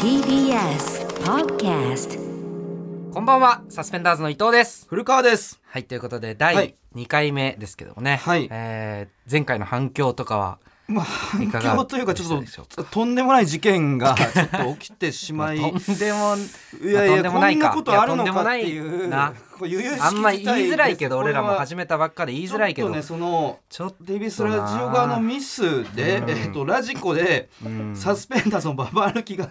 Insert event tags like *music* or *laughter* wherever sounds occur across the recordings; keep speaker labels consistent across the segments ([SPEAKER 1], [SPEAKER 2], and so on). [SPEAKER 1] TBS Podcast
[SPEAKER 2] こんばんは、サスペンダーズの伊藤です。
[SPEAKER 3] 古川です。
[SPEAKER 2] はい、ということで、
[SPEAKER 3] は
[SPEAKER 2] 第
[SPEAKER 3] い
[SPEAKER 2] 2回目ですけどもね、
[SPEAKER 3] はい
[SPEAKER 2] えー前回の反響とかは、
[SPEAKER 3] まあ、
[SPEAKER 2] い
[SPEAKER 3] 反
[SPEAKER 2] かが
[SPEAKER 3] 響というか、ちょ
[SPEAKER 2] でしょ
[SPEAKER 3] っ
[SPEAKER 2] う
[SPEAKER 3] と、とんでもない事
[SPEAKER 2] *laughs*
[SPEAKER 3] 件が、ちょっと起きてしまい。
[SPEAKER 2] とんでも、
[SPEAKER 3] いやい
[SPEAKER 2] とん
[SPEAKER 3] や、
[SPEAKER 2] でも
[SPEAKER 3] こ
[SPEAKER 2] ない
[SPEAKER 3] ん
[SPEAKER 2] か
[SPEAKER 3] なことあるのかってい
[SPEAKER 2] いやとんでも
[SPEAKER 3] う。
[SPEAKER 2] ないな
[SPEAKER 3] こう悠々しき
[SPEAKER 2] あんまり
[SPEAKER 3] 事態
[SPEAKER 2] 言いづらいけど、
[SPEAKER 3] です
[SPEAKER 2] 俺らも
[SPEAKER 3] これは
[SPEAKER 2] 始めたばっかで言いづらいけど、
[SPEAKER 3] ちょっとね、その、
[SPEAKER 2] ちょっと
[SPEAKER 3] TBS ラジオ側のミスで、
[SPEAKER 2] うん
[SPEAKER 3] えっと、ラジコで、
[SPEAKER 2] うん
[SPEAKER 3] サスペンダーズのババ抜きが、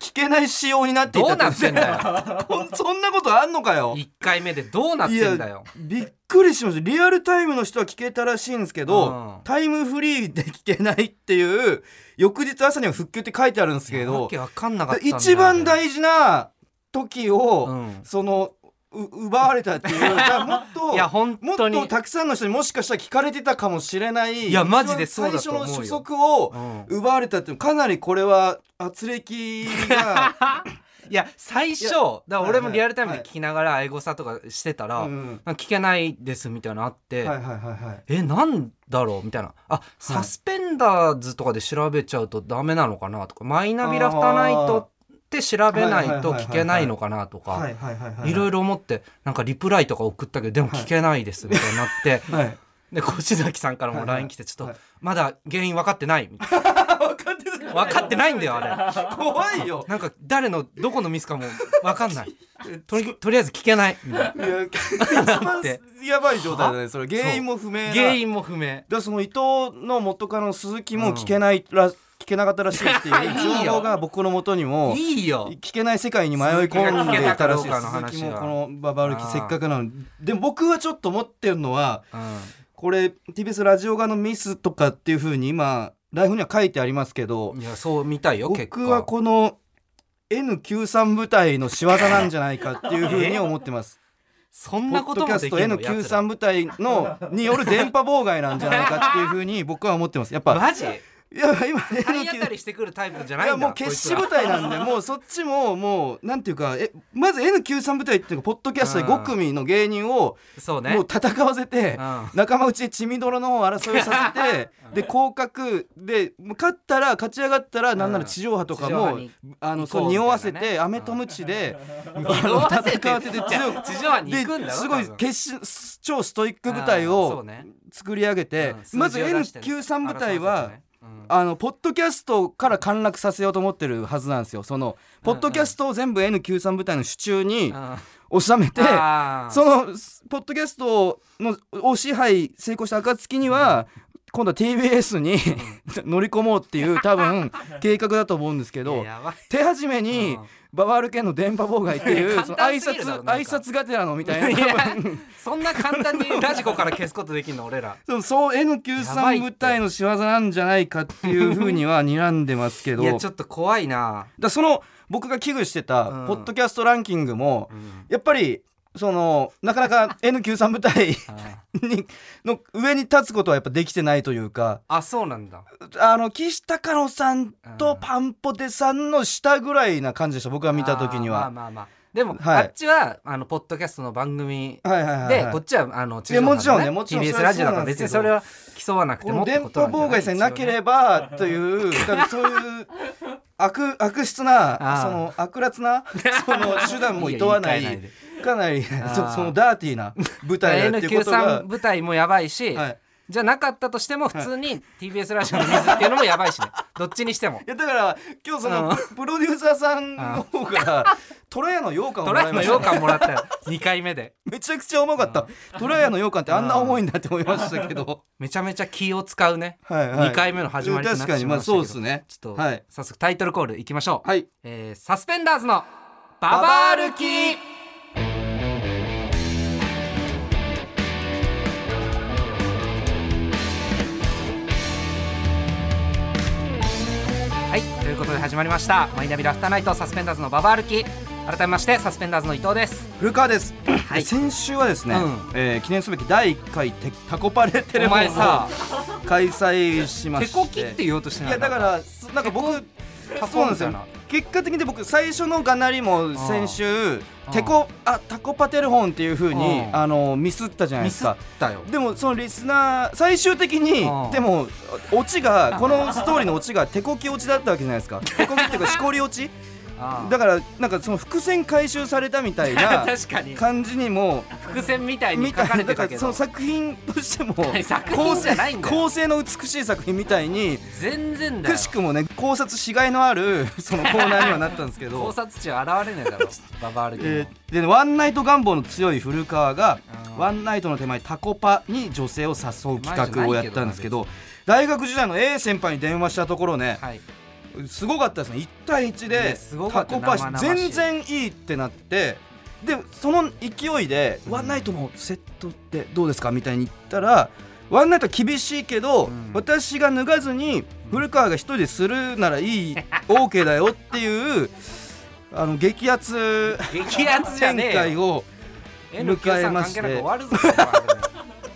[SPEAKER 3] 聞けない仕様になってい
[SPEAKER 2] ど
[SPEAKER 3] た
[SPEAKER 2] うなってんだよ。
[SPEAKER 3] こん *laughs* そんなことあんのかよ。
[SPEAKER 2] 1回目でどうなってんだよ。
[SPEAKER 3] びっくりしましたリアルタイムの人は聞けたらしいんですけど、
[SPEAKER 2] うん
[SPEAKER 3] タイムフリーで聞けないっていう翌日朝には復旧って書いてあるんですけ
[SPEAKER 2] わ
[SPEAKER 3] ど
[SPEAKER 2] けわかんなかったんだよ
[SPEAKER 3] 一番大事な時を、
[SPEAKER 2] うん
[SPEAKER 3] そのう奪われたっていうだ
[SPEAKER 2] *laughs*
[SPEAKER 3] からもっと
[SPEAKER 2] いや、本
[SPEAKER 3] もっ
[SPEAKER 2] 当に。
[SPEAKER 3] とたくさんの人にもしかしたら聞かれてたかもしれない
[SPEAKER 2] いやマジでそうだと思うよ
[SPEAKER 3] 一番最初の初速を
[SPEAKER 2] うん
[SPEAKER 3] 奪われたっていうかなりこれは圧力が、
[SPEAKER 2] *laughs* いや最初
[SPEAKER 3] いや
[SPEAKER 2] だから俺もリアルタイムで
[SPEAKER 3] はい
[SPEAKER 2] 聞きながらエゴサとかしてたら、
[SPEAKER 3] うん
[SPEAKER 2] なんか聞けないですみたいなのあって、
[SPEAKER 3] はいはいはいはい
[SPEAKER 2] えなんだろうみたいなあサスペンダーズとかで調べちゃうとダメなのかなとかマイナビラフターナイトって調べないと聞けないのかなと
[SPEAKER 3] は
[SPEAKER 2] か
[SPEAKER 3] いはいはいはい
[SPEAKER 2] いろいろ思ってなんかリプライとか送ったけどでも聞けないですみたいになって
[SPEAKER 3] はい
[SPEAKER 2] で越崎さんからも LINE 来てちょっ
[SPEAKER 3] は
[SPEAKER 2] と
[SPEAKER 3] い
[SPEAKER 2] まだ原因分かってないみたいな
[SPEAKER 3] 分かってない
[SPEAKER 2] 分かってないんだよ *laughs* あれ。
[SPEAKER 3] 怖いよ
[SPEAKER 2] なんか誰のどこのミスかも分かん
[SPEAKER 3] *laughs*
[SPEAKER 2] ないとりとりあえず聞けないみたいない
[SPEAKER 3] や一番やばい状態だねそれ原因も不明な
[SPEAKER 2] 原
[SPEAKER 3] だか
[SPEAKER 2] 因も不明
[SPEAKER 3] らその伊藤の元カノの鈴木
[SPEAKER 2] うん
[SPEAKER 3] も聞けないら、聞けなかったらしいっ
[SPEAKER 2] *laughs*
[SPEAKER 3] てい
[SPEAKER 2] いいうよ
[SPEAKER 3] 情報が僕のもとにも
[SPEAKER 2] いいよ
[SPEAKER 3] 聞けない世界に迷い込んでいたらしい
[SPEAKER 2] 鈴木が聞けたかどうかの話は
[SPEAKER 3] 鈴木もこのババ歩
[SPEAKER 2] あ
[SPEAKER 3] き
[SPEAKER 2] ー
[SPEAKER 3] せっかくなのにでも僕はちょっと思ってるのは
[SPEAKER 2] うん
[SPEAKER 3] これ TBS ラジオ側のミスとかっていうふうに今ライフには書いてありますけど
[SPEAKER 2] いやそう見たいよ結果
[SPEAKER 3] 僕はこの N93 部隊の仕業なんじゃないかっていうふうに思ってます
[SPEAKER 2] そん
[SPEAKER 3] ポ
[SPEAKER 2] な
[SPEAKER 3] ッ
[SPEAKER 2] こ
[SPEAKER 3] ド
[SPEAKER 2] と
[SPEAKER 3] キャ
[SPEAKER 2] も
[SPEAKER 3] ス
[SPEAKER 2] で
[SPEAKER 3] ト
[SPEAKER 2] きるの奴ら
[SPEAKER 3] N93 部隊のによる電波妨害なんじゃないかっていうふうに僕は思ってますや
[SPEAKER 2] *laughs*
[SPEAKER 3] っぱ
[SPEAKER 2] マジ
[SPEAKER 3] いや
[SPEAKER 2] *laughs*
[SPEAKER 3] 今 *laughs*
[SPEAKER 2] 体当た
[SPEAKER 3] N93
[SPEAKER 2] りしてくるタイプじゃ
[SPEAKER 3] い
[SPEAKER 2] ないんだ
[SPEAKER 3] やもう決死部隊なんでもうそっちももうなんていうかえまず N93 部隊っていうかポッドキャストで5組の芸人
[SPEAKER 2] こ
[SPEAKER 3] を
[SPEAKER 2] いつらそうね
[SPEAKER 3] もう戦わせて
[SPEAKER 2] うん
[SPEAKER 3] 仲間内で血みどろの争いをさ
[SPEAKER 2] *laughs*
[SPEAKER 3] せてで降格でもう勝ったら勝ち上がったらなんなら地上波とか
[SPEAKER 2] うん地上波
[SPEAKER 3] も
[SPEAKER 2] に
[SPEAKER 3] あの
[SPEAKER 2] 行こう
[SPEAKER 3] そう匂わせ
[SPEAKER 2] みたいな
[SPEAKER 3] て
[SPEAKER 2] ね
[SPEAKER 3] アメとムチであの
[SPEAKER 2] 匂わせて
[SPEAKER 3] 戦わせて強く
[SPEAKER 2] 地上波に行くんだろ
[SPEAKER 3] ですごい
[SPEAKER 2] 多分
[SPEAKER 3] 決死超ストイック部隊を作り上げてまず N93 部隊は。あのポッドキャストから陥落させようと思ってるはずなんですよそのポッドキャストを全部 N93 部隊の手中に収めてそ
[SPEAKER 2] の
[SPEAKER 3] のすポッドキャストのを支配成功した暁には、今度は TBS に *laughs* 乗り込もうっていう多分
[SPEAKER 2] *laughs*
[SPEAKER 3] 計画だと思うんですけど手始めに、ババール県の電波妨害って
[SPEAKER 2] い
[SPEAKER 3] い
[SPEAKER 2] や
[SPEAKER 3] うそ
[SPEAKER 2] 簡
[SPEAKER 3] の
[SPEAKER 2] 単
[SPEAKER 3] 挨
[SPEAKER 2] すぎるだろ
[SPEAKER 3] 拶
[SPEAKER 2] なんか
[SPEAKER 3] 挨拶がてらのみたい
[SPEAKER 2] い
[SPEAKER 3] な多
[SPEAKER 2] や
[SPEAKER 3] 分
[SPEAKER 2] *laughs* そんな簡単にラジコから消すことできんの俺ら
[SPEAKER 3] そうそう
[SPEAKER 2] やばいっ
[SPEAKER 3] N93
[SPEAKER 2] て
[SPEAKER 3] 部隊の仕業なんじゃないかっていうふうには睨んでますけ
[SPEAKER 2] い
[SPEAKER 3] ど
[SPEAKER 2] やちょっと怖いな
[SPEAKER 3] だその僕が危惧して
[SPEAKER 2] う
[SPEAKER 3] た
[SPEAKER 2] ん
[SPEAKER 3] ポッドキャストランキングも
[SPEAKER 2] うん
[SPEAKER 3] やっぱりそのなかなか N93 部隊
[SPEAKER 2] あ
[SPEAKER 3] にの上に立つことはやっぱできてないというか
[SPEAKER 2] あそうなんだ
[SPEAKER 3] あの岸隆乃さんとパンポテさんの下ぐらいな感じでした僕が見た時に
[SPEAKER 2] あー
[SPEAKER 3] は。
[SPEAKER 2] まあまあまあでも
[SPEAKER 3] は
[SPEAKER 2] あ
[SPEAKER 3] い
[SPEAKER 2] っちはあのポッドキャストの番組
[SPEAKER 3] はいはいはい
[SPEAKER 2] で
[SPEAKER 3] は、い
[SPEAKER 2] こっちはあの地
[SPEAKER 3] いやもちろんね
[SPEAKER 2] 波の
[SPEAKER 3] もちろん
[SPEAKER 2] TBS
[SPEAKER 3] それは
[SPEAKER 2] ラジオだか
[SPEAKER 3] そうな
[SPEAKER 2] ら
[SPEAKER 3] んです
[SPEAKER 2] 別
[SPEAKER 3] けど
[SPEAKER 2] にそれは競わなくて
[SPEAKER 3] こ
[SPEAKER 2] も
[SPEAKER 3] の
[SPEAKER 2] って
[SPEAKER 3] 電
[SPEAKER 2] こ
[SPEAKER 3] 波
[SPEAKER 2] となんじゃない
[SPEAKER 3] 妨害さえなけ
[SPEAKER 2] 一応ね
[SPEAKER 3] ればという多分そういう悪悪質
[SPEAKER 2] あ
[SPEAKER 3] な
[SPEAKER 2] ー
[SPEAKER 3] その悪辣なその手段もいとわない
[SPEAKER 2] いいよ言い換
[SPEAKER 3] かなり
[SPEAKER 2] ー
[SPEAKER 3] そそのダーティーな舞台だっていうことが
[SPEAKER 2] N93 舞台もやばいし、
[SPEAKER 3] はい
[SPEAKER 2] じゃなかったとしても普通に TBS ラジオの水っていうのもやばいしね *laughs* どっちにしても
[SPEAKER 3] いやだから今日そうの
[SPEAKER 2] ん
[SPEAKER 3] プロデューサーさんの方からトラヤの羊羹を
[SPEAKER 2] ト
[SPEAKER 3] も
[SPEAKER 2] ラ
[SPEAKER 3] ら
[SPEAKER 2] イ
[SPEAKER 3] い
[SPEAKER 2] の
[SPEAKER 3] まし
[SPEAKER 2] 羊
[SPEAKER 3] た
[SPEAKER 2] 羹もらったよ2回目で
[SPEAKER 3] めちゃくちゃ重かったトラヤの羊羹ってあんな重いんだって思いましたけど
[SPEAKER 2] めちゃめちゃ気を使うね、
[SPEAKER 3] はい
[SPEAKER 2] 二
[SPEAKER 3] はい
[SPEAKER 2] 2回目の始まりとなってしまいましたけど
[SPEAKER 3] 確かにまあそうですね
[SPEAKER 2] ちょっと、
[SPEAKER 3] はい
[SPEAKER 2] 早速タイトルコールいきましょう、
[SPEAKER 3] はい
[SPEAKER 2] えーサスペンダーズのババ歩きはいということで始まりましたマイナビラフターナイトサスペンダーズのババ歩き改めましてサスペンダーズの伊藤です
[SPEAKER 3] 古川です、
[SPEAKER 2] い
[SPEAKER 3] 先週はですね、
[SPEAKER 2] うん
[SPEAKER 3] えー記念すべき第1回テタコパレテレ
[SPEAKER 2] お
[SPEAKER 3] フォ
[SPEAKER 2] 前
[SPEAKER 3] ン
[SPEAKER 2] さ
[SPEAKER 3] を開催しま
[SPEAKER 2] 手
[SPEAKER 3] して
[SPEAKER 2] こきって言おうとして
[SPEAKER 3] い
[SPEAKER 2] ない
[SPEAKER 3] やだからすなんか僕そうなんですよ
[SPEAKER 2] な
[SPEAKER 3] 結果的に僕最初のがなりも先週
[SPEAKER 2] あ
[SPEAKER 3] テコあタコパテレホンっていう風に
[SPEAKER 2] あ
[SPEAKER 3] あのミスったじゃない
[SPEAKER 2] ミ
[SPEAKER 3] です
[SPEAKER 2] スっ
[SPEAKER 3] か
[SPEAKER 2] たよ
[SPEAKER 3] でもそのリスナー最終的に
[SPEAKER 2] あ
[SPEAKER 3] でもオチがこのストーリーのオチが手こきオチだったわけじゃない
[SPEAKER 2] *laughs*
[SPEAKER 3] ですか手こきっていうかしこりオチ
[SPEAKER 2] ああ
[SPEAKER 3] だからなんかその伏線回収されたみたい
[SPEAKER 2] *laughs*
[SPEAKER 3] な
[SPEAKER 2] 確かに
[SPEAKER 3] 感じにも
[SPEAKER 2] 伏線みたいに
[SPEAKER 3] み
[SPEAKER 2] 書かれて
[SPEAKER 3] だか
[SPEAKER 2] たけ
[SPEAKER 3] らそ
[SPEAKER 2] ど
[SPEAKER 3] の作品として
[SPEAKER 2] *laughs*
[SPEAKER 3] も
[SPEAKER 2] 作品じゃないんだよ
[SPEAKER 3] 構成の美しい作品みたいに
[SPEAKER 2] 全然だよ
[SPEAKER 3] くしくもね考察しがいの
[SPEAKER 2] *laughs*
[SPEAKER 3] あるそのコーナーにはなったんですけ
[SPEAKER 2] 考
[SPEAKER 3] ど、
[SPEAKER 2] 察中現れねえだろババアルゲ
[SPEAKER 3] え
[SPEAKER 2] ン
[SPEAKER 3] ーでねワンナイト願望の強い古川が
[SPEAKER 2] うん
[SPEAKER 3] ワンナイトの手前タコパに女性を誘う企画をやったんですけど大学時代の A 先輩に電話したところね
[SPEAKER 2] はい
[SPEAKER 3] すごかったですね1対1
[SPEAKER 2] い
[SPEAKER 3] で
[SPEAKER 2] やすごか
[SPEAKER 3] タ
[SPEAKER 2] った
[SPEAKER 3] コパし
[SPEAKER 2] 生々し
[SPEAKER 3] 全
[SPEAKER 2] い
[SPEAKER 3] 然いいってなってでその勢いで「
[SPEAKER 2] うん
[SPEAKER 3] ワンナイトもセットってどうですか?」みたいに言ったら「ワンナイトは厳しいけど、
[SPEAKER 2] うん
[SPEAKER 3] 私が脱がずに古川が一人でするならいい OK だよ」っていうあの激アツ
[SPEAKER 2] 激アツじゃ
[SPEAKER 3] 展
[SPEAKER 2] ねえ
[SPEAKER 3] 開
[SPEAKER 2] よ
[SPEAKER 3] を
[SPEAKER 2] N93
[SPEAKER 3] 迎えまして
[SPEAKER 2] 関係なく終わるぞこの番組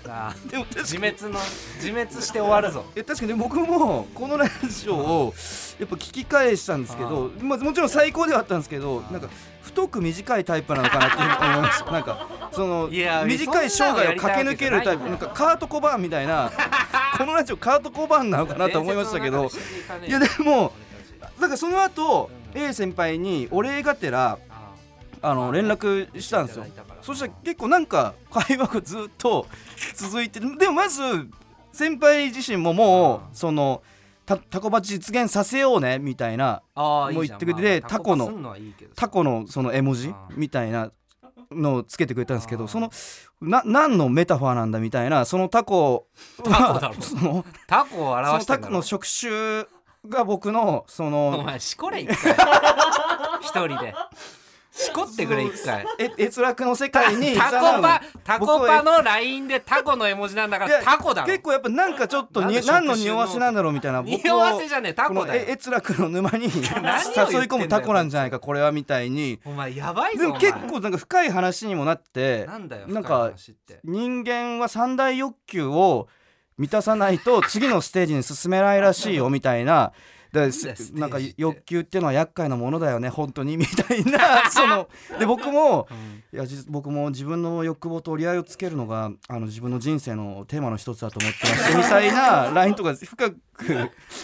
[SPEAKER 2] なあ
[SPEAKER 3] *laughs* でも確かに
[SPEAKER 2] 自滅の自滅して終わるぞ
[SPEAKER 3] え確かに僕もこのラジオをやっぱ聞き返したんですけど、まあ、もちろん最高ではあったんですけど
[SPEAKER 2] あー
[SPEAKER 3] なんか太く短いタイプなのかなっていうふうに思いましたなんかその
[SPEAKER 2] いや
[SPEAKER 3] 短い生涯を駆け抜けるタイプ
[SPEAKER 2] そんなのやりたいわけじゃないんだよ
[SPEAKER 3] なんかカート小判みた
[SPEAKER 2] *laughs*
[SPEAKER 3] いなこのラジオカート小判なのかなと思いましたけ
[SPEAKER 2] 伝
[SPEAKER 3] ど
[SPEAKER 2] 説の中で死ん
[SPEAKER 3] いや
[SPEAKER 2] で
[SPEAKER 3] で
[SPEAKER 2] いかねえよ俺たち
[SPEAKER 3] もなんかその後
[SPEAKER 2] うん
[SPEAKER 3] A 先輩にお礼がてら
[SPEAKER 2] あ
[SPEAKER 3] あの連絡したんですよ
[SPEAKER 2] いただいたから
[SPEAKER 3] そしたら結構なんか会話がずっと続いてるでもまず先輩自身もも
[SPEAKER 2] うん
[SPEAKER 3] うそのたタコバ実現させようねみたいな
[SPEAKER 2] ああ
[SPEAKER 3] もう
[SPEAKER 2] いいじゃん
[SPEAKER 3] 言ってくれて
[SPEAKER 2] まあ
[SPEAKER 3] タコの
[SPEAKER 2] パすんはいいけど
[SPEAKER 3] タコのその絵文字
[SPEAKER 2] うん
[SPEAKER 3] みたいなのをつけてくれたんですけ
[SPEAKER 2] う
[SPEAKER 3] ど
[SPEAKER 2] ん
[SPEAKER 3] そのな何のメタファーなんだみたいなそのタコ
[SPEAKER 2] タコだろ
[SPEAKER 3] *laughs* その
[SPEAKER 2] タコを表
[SPEAKER 3] その
[SPEAKER 2] して
[SPEAKER 3] タ
[SPEAKER 2] ん
[SPEAKER 3] コ
[SPEAKER 2] だ
[SPEAKER 3] の
[SPEAKER 2] ろ
[SPEAKER 3] 触手が僕のそ
[SPEAKER 2] お
[SPEAKER 3] の
[SPEAKER 2] 前しこれ
[SPEAKER 3] *laughs*
[SPEAKER 2] 一回一人でしこってくれ一回
[SPEAKER 3] え閲楽の世界に
[SPEAKER 2] タコパタ
[SPEAKER 3] 僕は
[SPEAKER 2] コパの LINE でタコの絵文字なんだか
[SPEAKER 3] い
[SPEAKER 2] ら
[SPEAKER 3] や
[SPEAKER 2] タコだろ
[SPEAKER 3] 結構やっぱなんかちょっと
[SPEAKER 2] なんで
[SPEAKER 3] に
[SPEAKER 2] 触手
[SPEAKER 3] 何の匂わせなんだろうみたいな僕を
[SPEAKER 2] 匂わせじゃねえタ
[SPEAKER 3] こ
[SPEAKER 2] コ
[SPEAKER 3] の
[SPEAKER 2] だよ
[SPEAKER 3] え閲楽の沼に誘い
[SPEAKER 2] *laughs* 何を言ってんだよ
[SPEAKER 3] 込むタコなんじゃないかこれはみたいに
[SPEAKER 2] お前やばいぞ
[SPEAKER 3] でも結
[SPEAKER 2] お
[SPEAKER 3] 構なんか深い話にもなって
[SPEAKER 2] 前なんだよ
[SPEAKER 3] な
[SPEAKER 2] 深
[SPEAKER 3] ん
[SPEAKER 2] い
[SPEAKER 3] か
[SPEAKER 2] 話って
[SPEAKER 3] 人間は三大欲求を満たさないと次のステージに進めないらしいよみた
[SPEAKER 2] *laughs*
[SPEAKER 3] いな。だ
[SPEAKER 2] なんだよステージって
[SPEAKER 3] なんか欲求っていうのは厄介なものだよね本当にみた
[SPEAKER 2] *laughs*
[SPEAKER 3] いなそので僕も
[SPEAKER 2] うん
[SPEAKER 3] いや実僕も自分の欲望と折り合いをつけるのがあの自分の人生のテーマの一つだと思ってましてみたいなラインとか深く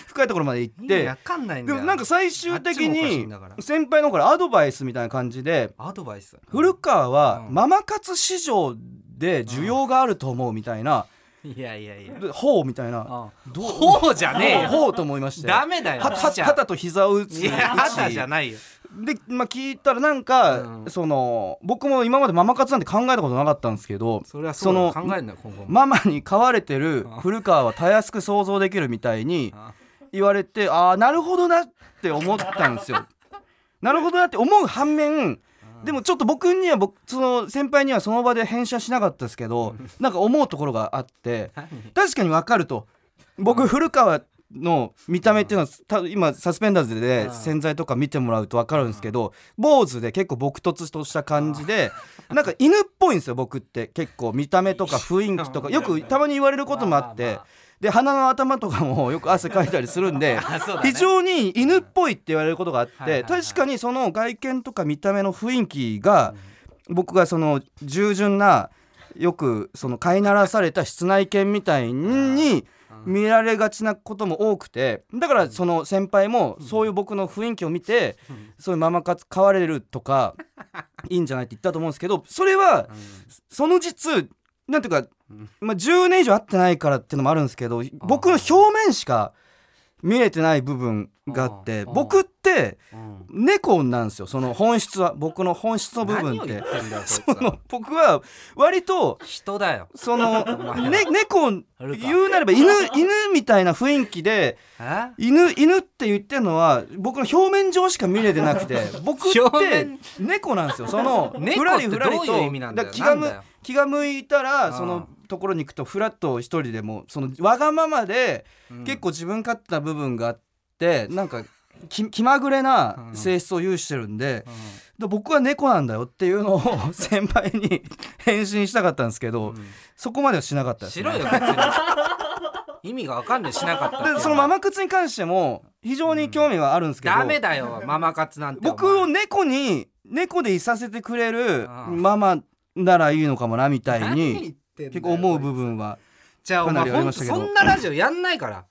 [SPEAKER 3] 深いところまで行っ
[SPEAKER 2] 意味
[SPEAKER 3] て
[SPEAKER 2] わかんないんだ
[SPEAKER 3] で
[SPEAKER 2] よ
[SPEAKER 3] もなんか最終的
[SPEAKER 2] あっちもおかしい
[SPEAKER 3] に
[SPEAKER 2] んだから
[SPEAKER 3] 先輩の方からアドバイスみたいな感じで
[SPEAKER 2] アドバイス
[SPEAKER 3] 古川は
[SPEAKER 2] うん
[SPEAKER 3] ママ活市場で需要があると思うみたいな
[SPEAKER 2] いやいやいや
[SPEAKER 3] でほうみたいな
[SPEAKER 2] どうほうじゃねえよ
[SPEAKER 3] ほうと思いまして
[SPEAKER 2] ダ
[SPEAKER 3] は
[SPEAKER 2] メだよ
[SPEAKER 3] は
[SPEAKER 2] じゃあ
[SPEAKER 3] 肩と膝を打つ
[SPEAKER 2] いや
[SPEAKER 3] 打ち
[SPEAKER 2] 肌じゃないよ
[SPEAKER 3] で、まあ、聞いたらなんか、
[SPEAKER 2] うん
[SPEAKER 3] その僕も今までママ活なんて考えたことなかったんですけど
[SPEAKER 2] それはそうだよ
[SPEAKER 3] その
[SPEAKER 2] 考えんなよ今後も
[SPEAKER 3] ママに飼われてる
[SPEAKER 2] うん
[SPEAKER 3] 古川はたやすく想像できるみたいに
[SPEAKER 2] あ
[SPEAKER 3] 言われてああなるほどなって思ったんです *laughs* よ。なるほどなって思う反面
[SPEAKER 2] うん
[SPEAKER 3] でもちょっと僕には僕その先輩にはその場で返信はしなかったですけどなんか思うところがあって
[SPEAKER 2] 何
[SPEAKER 3] 確かにわかると僕古川の見た目っていうのはた今サスペンダーズ
[SPEAKER 2] う
[SPEAKER 3] で
[SPEAKER 2] ん
[SPEAKER 3] 洗剤とか見てもらうとわかるんですけど坊主で結構朴突とした感じでなんか犬っぽいんですよ僕って結構見た目とか雰囲気とかよくたまに言われることもあっ
[SPEAKER 2] ま
[SPEAKER 3] て
[SPEAKER 2] まま
[SPEAKER 3] で鼻の頭とかもよく汗かいたりするんで
[SPEAKER 2] あそうだね
[SPEAKER 3] 非常に犬っぽいって言われることがあっ
[SPEAKER 2] はいはい
[SPEAKER 3] て
[SPEAKER 2] はい
[SPEAKER 3] 確かにその外見とか見た目の雰囲気が僕がその従順なよくその飼いならされた室内犬みたいに
[SPEAKER 2] うん
[SPEAKER 3] 見られがちなことも多くてだからその先輩もそういう僕の雰囲気を見て
[SPEAKER 2] うん
[SPEAKER 3] そういうママ活飼われる
[SPEAKER 2] *laughs*
[SPEAKER 3] とかいいんじゃないって言ったと思うんですけどそれはその実なんていうか
[SPEAKER 2] うん、
[SPEAKER 3] まあ、10年以上会ってないからっていうのもあるんですけど僕の表面しか見えてない部分があっ
[SPEAKER 2] あ
[SPEAKER 3] て
[SPEAKER 2] ー
[SPEAKER 3] 僕って
[SPEAKER 2] うん
[SPEAKER 3] 猫なんですよその本質は僕の本質の部分
[SPEAKER 2] 何
[SPEAKER 3] っ
[SPEAKER 2] を言
[SPEAKER 3] て
[SPEAKER 2] ってんだよそ
[SPEAKER 3] そ
[SPEAKER 2] いつは
[SPEAKER 3] の僕は割と
[SPEAKER 2] 人だよ
[SPEAKER 3] そ
[SPEAKER 2] *laughs* 前
[SPEAKER 3] の、
[SPEAKER 2] は
[SPEAKER 3] ね、猫言
[SPEAKER 2] 古川
[SPEAKER 3] うなれば犬犬みたいな雰囲気で
[SPEAKER 2] え
[SPEAKER 3] 犬犬って言ってるのは僕の表面上しか見れてな
[SPEAKER 2] *laughs*
[SPEAKER 3] くて僕っ
[SPEAKER 2] 表
[SPEAKER 3] て
[SPEAKER 2] 面
[SPEAKER 3] 猫なんですよその
[SPEAKER 2] 猫って
[SPEAKER 3] ふらりふらりと
[SPEAKER 2] どういう意味なんだよ
[SPEAKER 3] から気が
[SPEAKER 2] なん
[SPEAKER 3] む
[SPEAKER 2] だよ
[SPEAKER 3] 気が向いた
[SPEAKER 2] あ
[SPEAKER 3] ら
[SPEAKER 2] あ
[SPEAKER 3] そのところに行くとふらっと一人でもそのわがままで
[SPEAKER 2] うん
[SPEAKER 3] 結構自分勝手な部分があってなんか気気まぐれな性質を有してるんでで僕は猫なんだよってい
[SPEAKER 2] *laughs*
[SPEAKER 3] うのを先輩に返信したかったんですけ
[SPEAKER 2] う
[SPEAKER 3] ど
[SPEAKER 2] ん
[SPEAKER 3] そこまではしなかったです
[SPEAKER 2] しろ
[SPEAKER 3] ね
[SPEAKER 2] よ別に意味が分かんないしなかった
[SPEAKER 3] でそのママ活に関しても非常に興味はあるんですけど、
[SPEAKER 2] ダメだよママ活なんて
[SPEAKER 3] 僕を
[SPEAKER 2] ね
[SPEAKER 3] 猫に猫でいさせてくれる
[SPEAKER 2] うん
[SPEAKER 3] ママならいいのかもなみたい
[SPEAKER 2] 何言
[SPEAKER 3] に
[SPEAKER 2] ってんだよ
[SPEAKER 3] 結構思う部分は
[SPEAKER 2] じゃあお
[SPEAKER 3] かな
[SPEAKER 2] 前
[SPEAKER 3] りあ
[SPEAKER 2] ほ
[SPEAKER 3] り
[SPEAKER 2] ん
[SPEAKER 3] ま
[SPEAKER 2] と
[SPEAKER 3] したけど
[SPEAKER 2] そんなラジオやんないから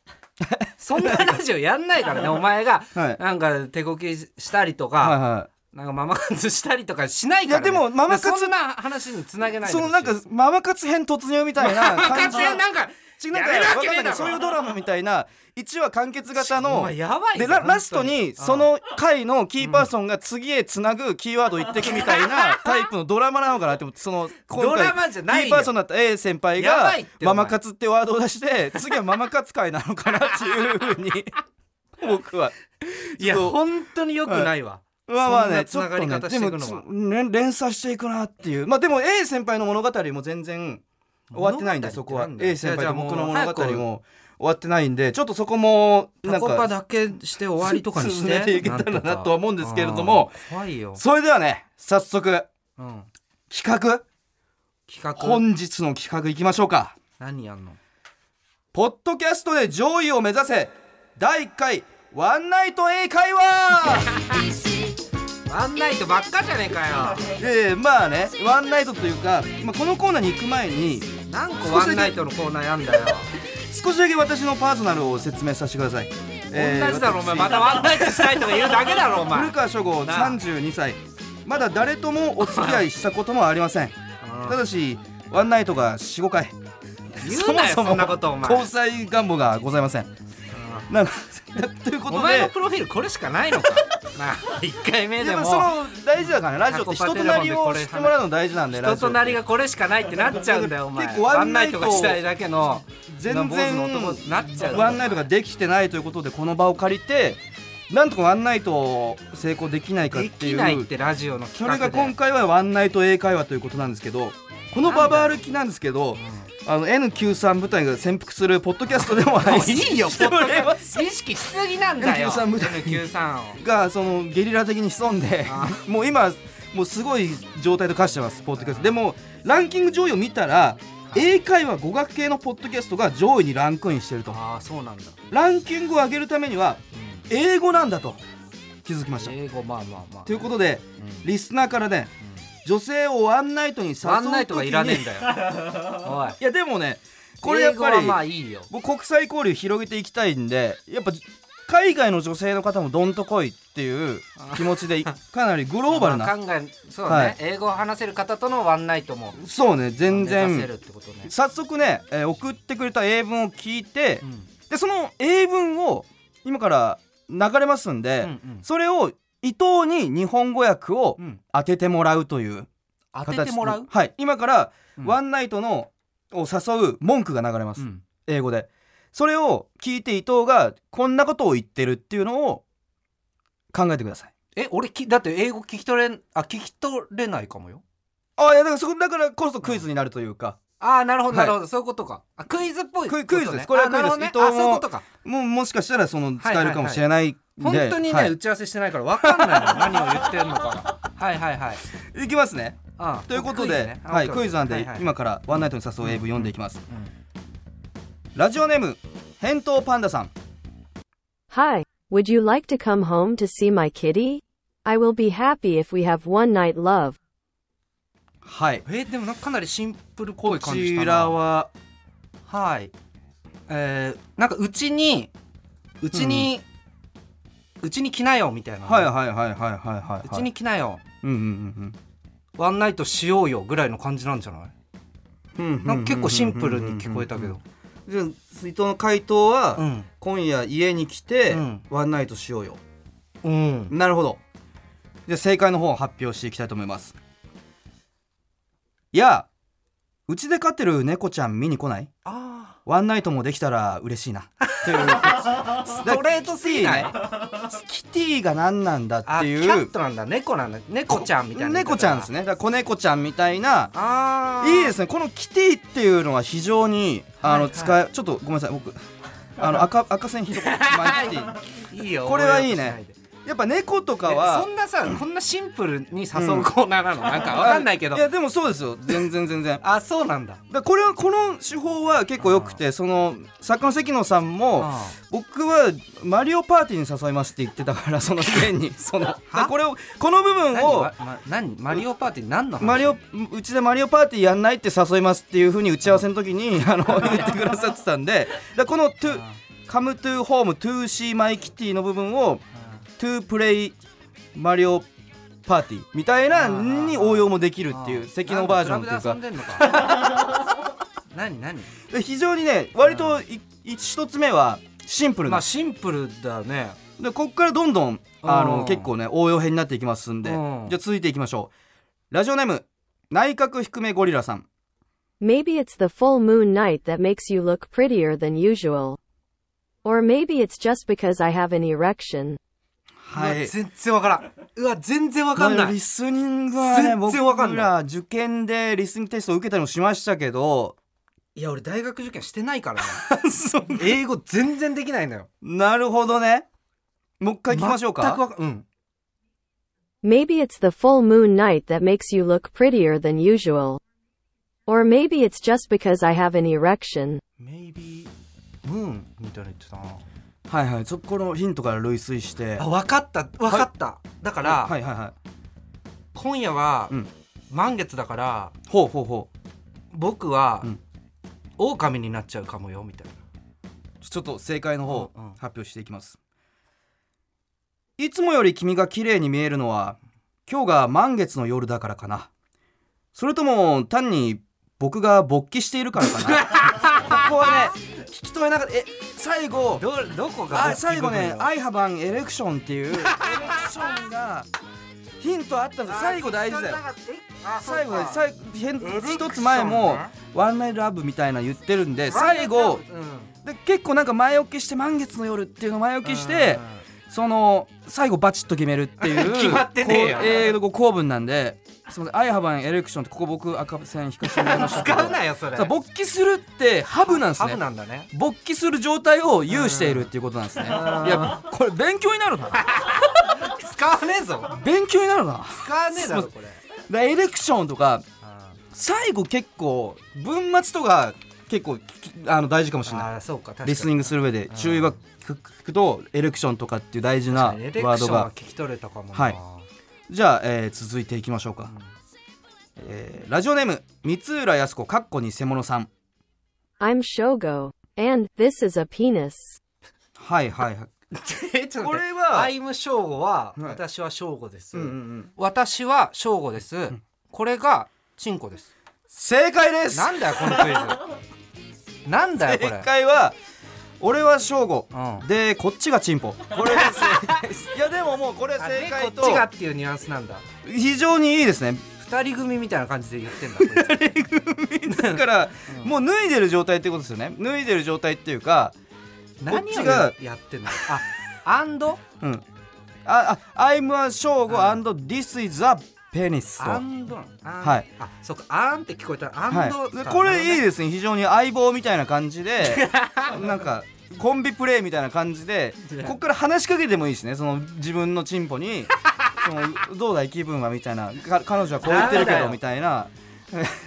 [SPEAKER 3] *laughs*
[SPEAKER 2] そんなラジオやんないからねお前が
[SPEAKER 3] はい
[SPEAKER 2] なんか手こきしたりとか、
[SPEAKER 3] はいは
[SPEAKER 2] なんかママ活したりとかしないから、ね、
[SPEAKER 3] いやでもママ活
[SPEAKER 2] そんな話につなげない
[SPEAKER 3] い
[SPEAKER 2] で
[SPEAKER 3] そ
[SPEAKER 2] ほし
[SPEAKER 3] の
[SPEAKER 2] い
[SPEAKER 3] なんかママ活編突入みたいな
[SPEAKER 2] ママ
[SPEAKER 3] 感
[SPEAKER 2] 活
[SPEAKER 3] じ
[SPEAKER 2] やなんか
[SPEAKER 3] 違うなんか
[SPEAKER 2] やめるわ
[SPEAKER 3] わ
[SPEAKER 2] け
[SPEAKER 3] かん
[SPEAKER 2] ねえ
[SPEAKER 3] な
[SPEAKER 2] だ
[SPEAKER 3] いけど
[SPEAKER 2] ろ
[SPEAKER 3] そういうドラマみたいな1話完結型
[SPEAKER 2] お
[SPEAKER 3] の
[SPEAKER 2] 前やばい
[SPEAKER 3] で
[SPEAKER 2] ぞ
[SPEAKER 3] ラ
[SPEAKER 2] 本当
[SPEAKER 3] ラストにその回のキーパーソンが次へつなぐキーワード一滴みたいなタイプのドラマなのかなって思ってその今回
[SPEAKER 2] ドラマじゃないよ
[SPEAKER 3] キーパーソンだった A 先輩
[SPEAKER 2] や
[SPEAKER 3] が
[SPEAKER 2] ばいってお前
[SPEAKER 3] ママ活ってワードを出して次はママ活会なのかなっていう
[SPEAKER 2] *laughs*
[SPEAKER 3] ふうに僕はい
[SPEAKER 2] や
[SPEAKER 3] ちょっと
[SPEAKER 2] 本当によくないわ、
[SPEAKER 3] まあまあねち
[SPEAKER 2] そ
[SPEAKER 3] ょ
[SPEAKER 2] んな
[SPEAKER 3] っと
[SPEAKER 2] 繋がり方
[SPEAKER 3] ねでも
[SPEAKER 2] していく
[SPEAKER 3] つね連鎖していくなっていうまあでも A 先輩の物語も全然終わってないんでそこは A 先輩と僕の物語
[SPEAKER 2] も
[SPEAKER 3] も終わってないんでちょっとそこもな
[SPEAKER 2] タ
[SPEAKER 3] ん
[SPEAKER 2] コパ
[SPEAKER 3] か
[SPEAKER 2] だけして終わりとかにし
[SPEAKER 3] 進
[SPEAKER 2] て
[SPEAKER 3] めていけたらなとは思うんですけれども
[SPEAKER 2] うん怖いよ、
[SPEAKER 3] それではね早速
[SPEAKER 2] うん、
[SPEAKER 3] 企画
[SPEAKER 2] 企画
[SPEAKER 3] 本日の企画いきましょうか
[SPEAKER 2] 何やんの
[SPEAKER 3] ポッドキャストで上位を目指せ第1回ワンナイト英
[SPEAKER 2] *laughs*
[SPEAKER 3] 会話
[SPEAKER 2] ワンナイトばっかじゃねえかよ
[SPEAKER 3] えー、まあねワンナイトというか、まあ、このコーナーに行く前に
[SPEAKER 2] 何個ワンナイトのコーナーやんだ
[SPEAKER 3] *laughs*
[SPEAKER 2] よ
[SPEAKER 3] 少しだけ私のパーソナルを説明させてください、
[SPEAKER 2] 同じだろお前また
[SPEAKER 3] ワ
[SPEAKER 2] ワンナイトしたいとか言うだけだろお前
[SPEAKER 3] 古川初号
[SPEAKER 2] なあ
[SPEAKER 3] 32歳まだ誰ともお付
[SPEAKER 2] *laughs*
[SPEAKER 3] き合いしたこともありませんただしワンナイトが45回
[SPEAKER 2] 言うなよそんなことお前
[SPEAKER 3] 交際願望がございませんなん *laughs* かということ
[SPEAKER 2] お
[SPEAKER 3] で
[SPEAKER 2] 前のプロフィールこれしかない
[SPEAKER 3] *laughs*
[SPEAKER 2] のかなあ1回目
[SPEAKER 3] で
[SPEAKER 2] で
[SPEAKER 3] も
[SPEAKER 2] も
[SPEAKER 3] その大事だからねラジオって
[SPEAKER 2] タコパ
[SPEAKER 3] 人と
[SPEAKER 2] テレ
[SPEAKER 3] な
[SPEAKER 2] フォン
[SPEAKER 3] り
[SPEAKER 2] で
[SPEAKER 3] を
[SPEAKER 2] こ
[SPEAKER 3] 知
[SPEAKER 2] れ
[SPEAKER 3] ってもらうの大事なんでラ
[SPEAKER 2] 人
[SPEAKER 3] ジ
[SPEAKER 2] と
[SPEAKER 3] オって
[SPEAKER 2] なりがこれしかないってなっちゃうんだよお前
[SPEAKER 3] 結構ワ
[SPEAKER 2] ワ
[SPEAKER 3] ン
[SPEAKER 2] ン
[SPEAKER 3] ナ
[SPEAKER 2] ナ
[SPEAKER 3] イ
[SPEAKER 2] イ
[SPEAKER 3] ト
[SPEAKER 2] ト
[SPEAKER 3] が
[SPEAKER 2] がしたいだけの
[SPEAKER 3] 全
[SPEAKER 2] な
[SPEAKER 3] 然
[SPEAKER 2] 坊主の男になっちゃう
[SPEAKER 3] ワンナイトができてないということでこの場を借りてなんとかワンナイトを成功できないかっ
[SPEAKER 2] で
[SPEAKER 3] てい
[SPEAKER 2] き
[SPEAKER 3] う
[SPEAKER 2] ないってラジオの
[SPEAKER 3] そ
[SPEAKER 2] 企
[SPEAKER 3] れ
[SPEAKER 2] 画
[SPEAKER 3] が
[SPEAKER 2] で
[SPEAKER 3] 今回はワンナイト英会話ということなんですけどこのババ歩きなんですけどあの N93 部隊が潜伏するポッドキャストでも
[SPEAKER 2] も
[SPEAKER 3] 配
[SPEAKER 2] う
[SPEAKER 3] 信
[SPEAKER 2] いいよ、
[SPEAKER 3] してもらえ *laughs*
[SPEAKER 2] ポッド
[SPEAKER 3] ま
[SPEAKER 2] キャス
[SPEAKER 3] す
[SPEAKER 2] ト意識しすぎなんだよ。
[SPEAKER 3] N93 無駄
[SPEAKER 2] N93 を。
[SPEAKER 3] がそのゲリラ的に潜んで
[SPEAKER 2] あ
[SPEAKER 3] もう今もうすごい状態と化してますポッドキャストでもランキング上位を見たら英会話語学系のポッドキャストが上位にランクインしてると
[SPEAKER 2] ああ、そうなんだ。
[SPEAKER 3] ランキングを上げるためには
[SPEAKER 2] うん
[SPEAKER 3] 英語なんだと気づきました
[SPEAKER 2] 英語、まあまあまあ。
[SPEAKER 3] ということで
[SPEAKER 2] うんうん
[SPEAKER 3] リスナーからね女性をワンナイトに誘う時に
[SPEAKER 2] ワンナイトがいらねえんだよ。おい。
[SPEAKER 3] いやでもねこれやっ
[SPEAKER 2] 英
[SPEAKER 3] ぱ
[SPEAKER 2] 語は
[SPEAKER 3] り
[SPEAKER 2] まあいいよ。
[SPEAKER 3] 僕国際交流広げていきたいんでやっぱ海外の女性の方もどんと来いっていう気持ち
[SPEAKER 2] *laughs*
[SPEAKER 3] でいかなりグローバル
[SPEAKER 2] まあ
[SPEAKER 3] な
[SPEAKER 2] 考え、そう
[SPEAKER 3] は
[SPEAKER 2] だ
[SPEAKER 3] い
[SPEAKER 2] ね。英語を話せる方とのワンナイトも
[SPEAKER 3] そうね全
[SPEAKER 2] 目指せ
[SPEAKER 3] 然
[SPEAKER 2] るってことね。
[SPEAKER 3] 早速ね、えー送ってくれた英文を聞いて
[SPEAKER 2] うん
[SPEAKER 3] でその英文を今から流れますんで、
[SPEAKER 2] うんうん
[SPEAKER 3] それを伊藤に日本語訳を
[SPEAKER 2] うん。
[SPEAKER 3] 当ててもらうという
[SPEAKER 2] 当て
[SPEAKER 3] 形
[SPEAKER 2] てもらう
[SPEAKER 3] はい今から
[SPEAKER 2] うん
[SPEAKER 3] ワンナイトのを誘う文句が流れます、
[SPEAKER 2] うん
[SPEAKER 3] 英語でそれを聞いて伊藤がこんなことを言ってるっていうのを考えてください
[SPEAKER 2] え、俺き、だって英語聞き取れん、あ、聞き取れないかもよ。
[SPEAKER 3] あいやだからそこだからこそクイズになるというか、
[SPEAKER 2] ああ、なるほど、な
[SPEAKER 3] は
[SPEAKER 2] いるほど、そういうことか。あ、クイズっぽい
[SPEAKER 3] クイ
[SPEAKER 2] とね
[SPEAKER 3] クイズですこれは
[SPEAKER 2] あなるほどね
[SPEAKER 3] クイズです伊
[SPEAKER 2] あ、そう
[SPEAKER 3] 藤も
[SPEAKER 2] いうことか。
[SPEAKER 3] もうもしかしたらその使えるかもしれないんで、
[SPEAKER 2] 本当にね、
[SPEAKER 3] はい
[SPEAKER 2] 打ち合わせしてないから、わかんないの、何を言ってんのかな。はいはいはい。
[SPEAKER 3] い、きますね
[SPEAKER 2] ああ
[SPEAKER 3] ということ
[SPEAKER 2] クイズ
[SPEAKER 3] で
[SPEAKER 2] ね、あ
[SPEAKER 3] はい、
[SPEAKER 2] オッケー
[SPEAKER 3] クイズなんで、
[SPEAKER 2] はいはい
[SPEAKER 3] 今からワンナイトに誘う英文読んでいきます、
[SPEAKER 2] うん
[SPEAKER 3] ラジオネーム返答パンダさん
[SPEAKER 4] Hi, would you like to come home to see my kitty? I will be happy if we have one night love.
[SPEAKER 3] はい
[SPEAKER 2] えでもなんかかなりシンプルっぽ
[SPEAKER 3] こ
[SPEAKER 2] い感じし
[SPEAKER 3] ち
[SPEAKER 2] た
[SPEAKER 3] ら
[SPEAKER 2] な
[SPEAKER 3] は
[SPEAKER 2] はいえー、なんかうちにうちにうち、に来なよみたいな
[SPEAKER 3] はい
[SPEAKER 2] い
[SPEAKER 3] はいはいはいはいはいう
[SPEAKER 2] ちに来なよ
[SPEAKER 3] うんうん
[SPEAKER 2] ワンナイトしようよぐらいの感じなんじゃない
[SPEAKER 3] うんうん
[SPEAKER 2] なんか結構シンプルに聞こえたけど
[SPEAKER 3] じゃあ水筒の回答は、
[SPEAKER 2] うん
[SPEAKER 3] 今夜家に来て、
[SPEAKER 2] うん
[SPEAKER 3] ワンナイトしようよ
[SPEAKER 2] うん
[SPEAKER 3] なるほどじゃあ正解の方を発表していきたいと思いますやあうちで飼ってる猫ちゃん見に来ない
[SPEAKER 2] あ
[SPEAKER 3] ワンナイトもできたら嬉し
[SPEAKER 2] *laughs*
[SPEAKER 3] いなっていうス
[SPEAKER 2] トレートすぎない
[SPEAKER 3] キティが何なんだ
[SPEAKER 2] あ
[SPEAKER 3] っ
[SPEAKER 2] あ
[SPEAKER 3] て
[SPEAKER 2] キ
[SPEAKER 3] いう
[SPEAKER 2] ャットなんだ猫なんだ猫ちゃんみたいな言い方
[SPEAKER 3] 猫ちゃんですねだから子猫ちゃんみたいな
[SPEAKER 2] ああ
[SPEAKER 3] いいですねこのキティっていうのは非常にあの
[SPEAKER 2] はいはい
[SPEAKER 3] 使え、
[SPEAKER 2] *laughs*
[SPEAKER 3] ちょっとごめんなさい僕あの赤赤線ひどくマイキティ
[SPEAKER 2] いいよ
[SPEAKER 3] これはいいね
[SPEAKER 2] 思ようとしないで
[SPEAKER 3] やっぱ猫とか
[SPEAKER 2] え
[SPEAKER 3] は
[SPEAKER 2] そんなさこんなシンプルに誘うコーナーなの、なんかわかんないけど
[SPEAKER 3] いやでもそうですよ全然全然
[SPEAKER 2] あそうなんだ
[SPEAKER 3] だこれはこの手法は結構良くてその作家の関野さんも僕はマリオパーティーに誘いますって言ってたからその
[SPEAKER 2] *laughs*
[SPEAKER 3] 件にそのだからこれをこの部分
[SPEAKER 2] 何
[SPEAKER 3] を
[SPEAKER 2] まま何マリオパーティー何の話
[SPEAKER 3] マリオうちでマリオパーティーやんないって誘いますっていうふうに打ち合わせの
[SPEAKER 2] *laughs*
[SPEAKER 3] 時にあの言ってくださってたんでだからこのトゥ「Come to Home to See My Kitty」の部分を「To Play マリオパーティー」みたいなのに応用もできるっていう関野バージョンというか
[SPEAKER 2] なんかクラブで遊んでんのか何何
[SPEAKER 3] で非常にね割といい一つ目はシンプル
[SPEAKER 2] ま
[SPEAKER 3] な
[SPEAKER 2] あシンプルだね
[SPEAKER 3] でここからどんどんあ
[SPEAKER 2] う
[SPEAKER 3] の
[SPEAKER 2] ん
[SPEAKER 3] 結構ね応用編になっていきますんでじ
[SPEAKER 2] うん
[SPEAKER 3] ゃあ続いていきましょうラジオネーム内閣低めゴリラさん
[SPEAKER 4] Maybe it's the full moon night that makes you look prettier than usual. Or maybe it's just because I have an erection.
[SPEAKER 3] は
[SPEAKER 2] う
[SPEAKER 3] い
[SPEAKER 2] わ全然わからんうわ全然わかん
[SPEAKER 3] ま
[SPEAKER 2] な
[SPEAKER 3] あ
[SPEAKER 2] い
[SPEAKER 3] リスニングはね
[SPEAKER 2] 全然わかん
[SPEAKER 3] 僕
[SPEAKER 2] な
[SPEAKER 3] ら受験でリスニングテストを受けたりもしましたけど
[SPEAKER 2] いや俺大学受験してないからね *laughs* 英語全然できないのよ
[SPEAKER 3] なるほどねもう一回聞きましょうか
[SPEAKER 2] 全くわかうん
[SPEAKER 4] Maybe it's the full moon night that makes you look prettier than usual. Or maybe it's just because I have an erection.
[SPEAKER 2] Maybe Moon みたいな言ってたな
[SPEAKER 3] はいはいそこのヒントから類推して
[SPEAKER 2] あ分かった分かった、だから、
[SPEAKER 3] はいはいはい
[SPEAKER 2] 今夜は
[SPEAKER 3] うん
[SPEAKER 2] 満月だから
[SPEAKER 3] ほうほうほう
[SPEAKER 2] 僕は
[SPEAKER 3] うん
[SPEAKER 2] 狼になっちゃうかもよみたいな
[SPEAKER 3] ちょっと正解の方
[SPEAKER 2] うんうん
[SPEAKER 3] 発表していきます、いつもより君が綺麗に見えるのは今日が満月の夜だからかなそれとも単に僕が勃起しているから
[SPEAKER 2] *laughs*
[SPEAKER 3] かなここはね聞き取れなかったえ最後
[SPEAKER 2] どどこ
[SPEAKER 3] あ
[SPEAKER 2] が
[SPEAKER 3] 最後ね「
[SPEAKER 2] あ
[SPEAKER 3] I have an erection」っていうエレクションがヒントあったんです最後大事だよ最後最後へん一つ前も「ワンナイラブ」みたいなの言ってるんで最後で結構なんか前置きして満月の夜っていうのを前置きしてその最後バチッと決めるっていう
[SPEAKER 2] *laughs* 決まってねえよ
[SPEAKER 3] こう英語構文なんですみません「I have an erection」ってここ僕赤線引かせてもらいましたけど
[SPEAKER 2] 使うな *laughs* よそれ
[SPEAKER 3] さあ勃起するってハブなんです
[SPEAKER 2] ハ
[SPEAKER 3] ね
[SPEAKER 2] ブなんだね
[SPEAKER 3] 勃起する状態を有しているっていうことなんですね。いや、これ勉強になるな。
[SPEAKER 2] 使わねえぞ
[SPEAKER 3] 勉強になるな。
[SPEAKER 2] 使わねえだろ
[SPEAKER 3] すいません
[SPEAKER 2] これ
[SPEAKER 3] でエレクションとか、
[SPEAKER 2] あ
[SPEAKER 3] 最後結構、文末とか結構きあの大事かもしれない。
[SPEAKER 2] ーそうか確かに
[SPEAKER 3] リスニングする上で注意がくくと、エレクションとかっていう大事なワ
[SPEAKER 2] エレクションは
[SPEAKER 3] ードが
[SPEAKER 2] 聞。き取れたかもな
[SPEAKER 3] はいじゃあ、えー続いていきましょうか。えーラジオネーム、三浦康子、かっこ偽物さん。
[SPEAKER 4] I'm Shogo. And this is a penis.
[SPEAKER 3] はいはいはい。
[SPEAKER 2] *laughs* えちょっと
[SPEAKER 3] こ
[SPEAKER 2] 待って
[SPEAKER 3] れは
[SPEAKER 2] アイム正吾は、
[SPEAKER 3] はい
[SPEAKER 2] 私は正吾です、
[SPEAKER 3] うんうんうん
[SPEAKER 2] 私は正吾です、これがチンコです
[SPEAKER 3] 正解です
[SPEAKER 2] なんだよこのクイズなんだよこれ
[SPEAKER 3] 正解は俺は正吾、
[SPEAKER 2] うん
[SPEAKER 3] でこっちがチンポこれが正解です *laughs* いやでももうこれ
[SPEAKER 2] あで
[SPEAKER 3] 正解
[SPEAKER 2] こっちがっ
[SPEAKER 3] と
[SPEAKER 2] ていうニュアンスなんだ
[SPEAKER 3] 非常にいいですね
[SPEAKER 2] 二人組みたいな感じで言ってんだこ
[SPEAKER 3] *laughs*
[SPEAKER 2] いつ
[SPEAKER 3] だから、もう脱いでる状態ってことですよね脱いでる状態っていうか、
[SPEAKER 2] 何
[SPEAKER 3] こっちが
[SPEAKER 2] をやってんのあアンド
[SPEAKER 3] うん、ああ I'm a 正吾
[SPEAKER 2] うん
[SPEAKER 3] and this is a penis
[SPEAKER 2] ア
[SPEAKER 3] と
[SPEAKER 2] ンドなんあん
[SPEAKER 3] はい
[SPEAKER 2] あそうかあんって聞こえたらアンド、
[SPEAKER 3] はい、これいい
[SPEAKER 2] い
[SPEAKER 3] ですね非常に相棒みたいな感じで
[SPEAKER 2] *laughs*
[SPEAKER 3] なんかコンビプレイみたいな感じでこっから話しかけてもいいしねその自分のチン
[SPEAKER 2] *laughs*
[SPEAKER 3] ポにそのどうだい気分はみたいなか彼女はこう言って
[SPEAKER 2] ダメ
[SPEAKER 3] るけ
[SPEAKER 2] だ
[SPEAKER 3] ど
[SPEAKER 2] よ
[SPEAKER 3] みたいな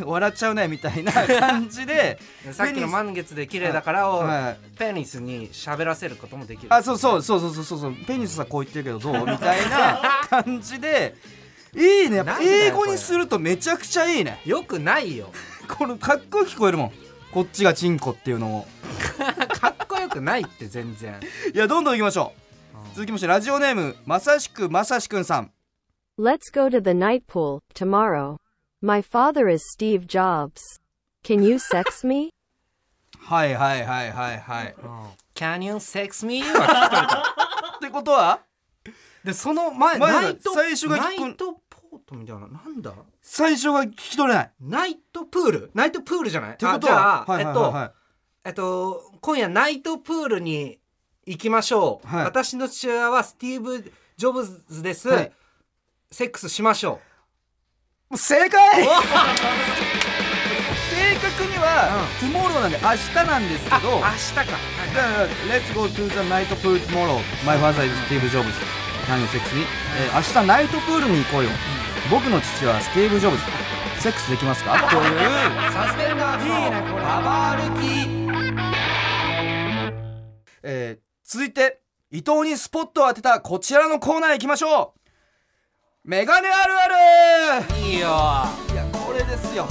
[SPEAKER 3] 笑っちゃうねみたいな感じで
[SPEAKER 2] さっきの満月で綺麗だからを、
[SPEAKER 3] はい
[SPEAKER 2] ペニスに喋らせることもできる
[SPEAKER 3] あそうそうそうそうそうそうそうペニスさんこう言ってるけどど
[SPEAKER 2] *laughs*
[SPEAKER 3] うみたいな感じでいいねやっぱ
[SPEAKER 2] なんだよ
[SPEAKER 3] 英語にするとめちゃくちゃいいね
[SPEAKER 2] よくないよ
[SPEAKER 3] このかっこよく聞こえるもんこっちがチンコっていうのを。
[SPEAKER 2] かっこよくないって全
[SPEAKER 3] *laughs*
[SPEAKER 2] 然
[SPEAKER 3] いやどんどん行きましょう、続きましてラジオネームまさしくまさしくんさん
[SPEAKER 4] Let's go to the night pool tomorrow. My father is Steve Jobs. Can you sex me?
[SPEAKER 3] はいはいはいはいはい
[SPEAKER 2] 「Can you sex me?」は聞き取れた
[SPEAKER 3] ってことは
[SPEAKER 2] でその前
[SPEAKER 3] 前だ
[SPEAKER 2] ナイト
[SPEAKER 3] 最初が聞こえ
[SPEAKER 2] ナイトポートみたいななんだ
[SPEAKER 3] 最初が聞き取れないっ
[SPEAKER 2] ナイトプールナイトプールじゃないって
[SPEAKER 3] こと
[SPEAKER 2] じゃ
[SPEAKER 3] は
[SPEAKER 2] あ、
[SPEAKER 3] はいはいはいはい
[SPEAKER 2] えっとえっと今夜ナイトプールに行きましょう、
[SPEAKER 3] はい
[SPEAKER 2] 私の父親はスティーブ・ジョブズです、
[SPEAKER 3] はい
[SPEAKER 2] セックスしましょ
[SPEAKER 3] もう正解正確には、トゥモローなんで明日なんですけど
[SPEAKER 2] う明日か、
[SPEAKER 3] だから Let's go to the night pool tomorrow My father is Steve Jobs 関与セックスに、えー明日ナイトプールに行こうよ僕の父はスティーブ・ジョブズセックスできますかという
[SPEAKER 2] サスペンダーズのババ歩き
[SPEAKER 3] *laughs* えー続いて伊藤にスポットを当てたこちらのコーナー行きましょうメガネあるある
[SPEAKER 2] いいよ
[SPEAKER 3] いやこれですよ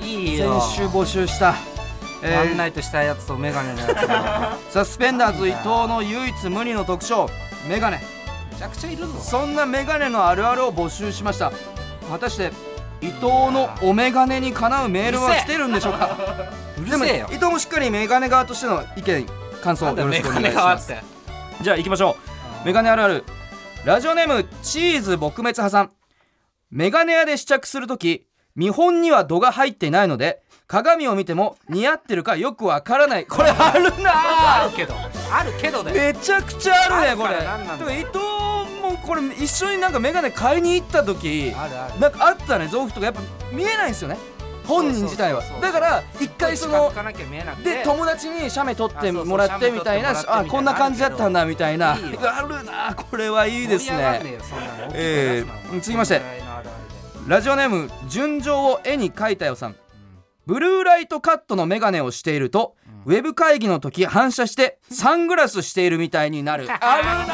[SPEAKER 2] いい
[SPEAKER 3] 先
[SPEAKER 2] よ
[SPEAKER 3] 週募集した、え
[SPEAKER 2] ワ
[SPEAKER 3] ー
[SPEAKER 2] ンナイトしたやつとメガネのやつ
[SPEAKER 3] *laughs*
[SPEAKER 2] が
[SPEAKER 3] サスペンダーズ伊藤の唯一無二の特徴メガネ
[SPEAKER 2] めちゃくちゃいるぞ
[SPEAKER 3] そんなメガネのあるあるを募集しました果たして伊藤のお眼鏡にかなうメールは来てるんで *laughs* しょうか
[SPEAKER 2] う
[SPEAKER 3] で
[SPEAKER 2] る
[SPEAKER 3] も
[SPEAKER 2] せえ
[SPEAKER 3] 伊
[SPEAKER 2] よ
[SPEAKER 3] 藤もしっかりメガネ側としての意見感想
[SPEAKER 2] な
[SPEAKER 3] を
[SPEAKER 2] んだ
[SPEAKER 3] よ
[SPEAKER 2] よメ
[SPEAKER 3] ろしく
[SPEAKER 2] ガ
[SPEAKER 3] お願い
[SPEAKER 2] ネ
[SPEAKER 3] し
[SPEAKER 2] があ
[SPEAKER 3] ま
[SPEAKER 2] っ
[SPEAKER 3] す
[SPEAKER 2] て
[SPEAKER 3] じゃあ行きましょうメガネあるあるラジオネームチーズ撲滅破産メガネ屋で試着するとき見本には度が入っていないので鏡を見ても似合ってるかよくわからないこれあるな
[SPEAKER 2] あ
[SPEAKER 3] あ
[SPEAKER 2] るけどあるけどだよ
[SPEAKER 3] めちゃくちゃあるねこれ
[SPEAKER 2] あるからなんなんだ
[SPEAKER 3] でも伊藤もこれ一緒になんかメガネ買いに行った時
[SPEAKER 2] あるある
[SPEAKER 3] なんかあったね臓器とかやっぱ見えないんですよね本人自体は
[SPEAKER 2] そうそうそうそ
[SPEAKER 3] だ
[SPEAKER 2] う
[SPEAKER 3] から一回そ
[SPEAKER 2] 近づ
[SPEAKER 3] の
[SPEAKER 2] かなきゃ見えなくて
[SPEAKER 3] で友達に写メ撮ってもら
[SPEAKER 2] あ
[SPEAKER 3] っ
[SPEAKER 2] そう
[SPEAKER 3] て
[SPEAKER 2] そう
[SPEAKER 3] みたいな
[SPEAKER 2] 写メ撮ってもらってみたいな
[SPEAKER 3] あこんな感じだったんだみたいない
[SPEAKER 2] いよ
[SPEAKER 3] あるなこれはいいです
[SPEAKER 2] 盛り上がんえ
[SPEAKER 3] ね
[SPEAKER 2] よそんなの
[SPEAKER 3] えー続きましてラジオネーム純情を絵に描いたよさんブルーライトカットのメガネをしていると、ウェブ会議の時反射してサングラスしているみたいになるあるな